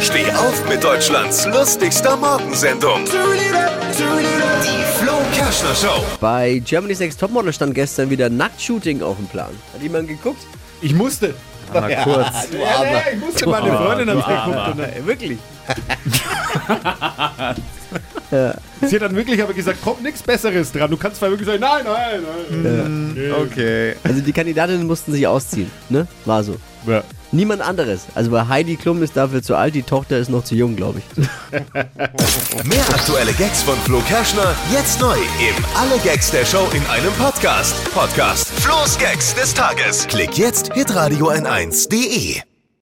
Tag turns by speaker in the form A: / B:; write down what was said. A: Steh auf mit Deutschlands lustigster Morgensendung. Die Flo Kerschner Show.
B: Bei Germany's Next Topmodel stand gestern wieder Nacktshooting auf dem Plan. Hat jemand geguckt?
C: Ich musste.
B: Mal kurz. Du Armer.
C: ich musste, meine Freundin hat geguckt. Und
B: Äh, Wirklich?
C: dann- sie hat dann wirklich aber gesagt, kommt nichts Besseres dran. Du kannst zwar wirklich sagen, nein, nein, nein. Okay.
B: Also die Kandidatinnen mussten sich ausziehen, ne? War so.
C: Ja.
B: Niemand anderes. Also bei Heidi Klum ist dafür zu alt, die Tochter ist noch zu jung, glaube ich.
A: Mehr aktuelle Gags von Flo Kerschner jetzt neu im Alle Gags der Show in einem Podcast. Podcast Flo's Gags des Tages. Klick jetzt hitradio n1.de.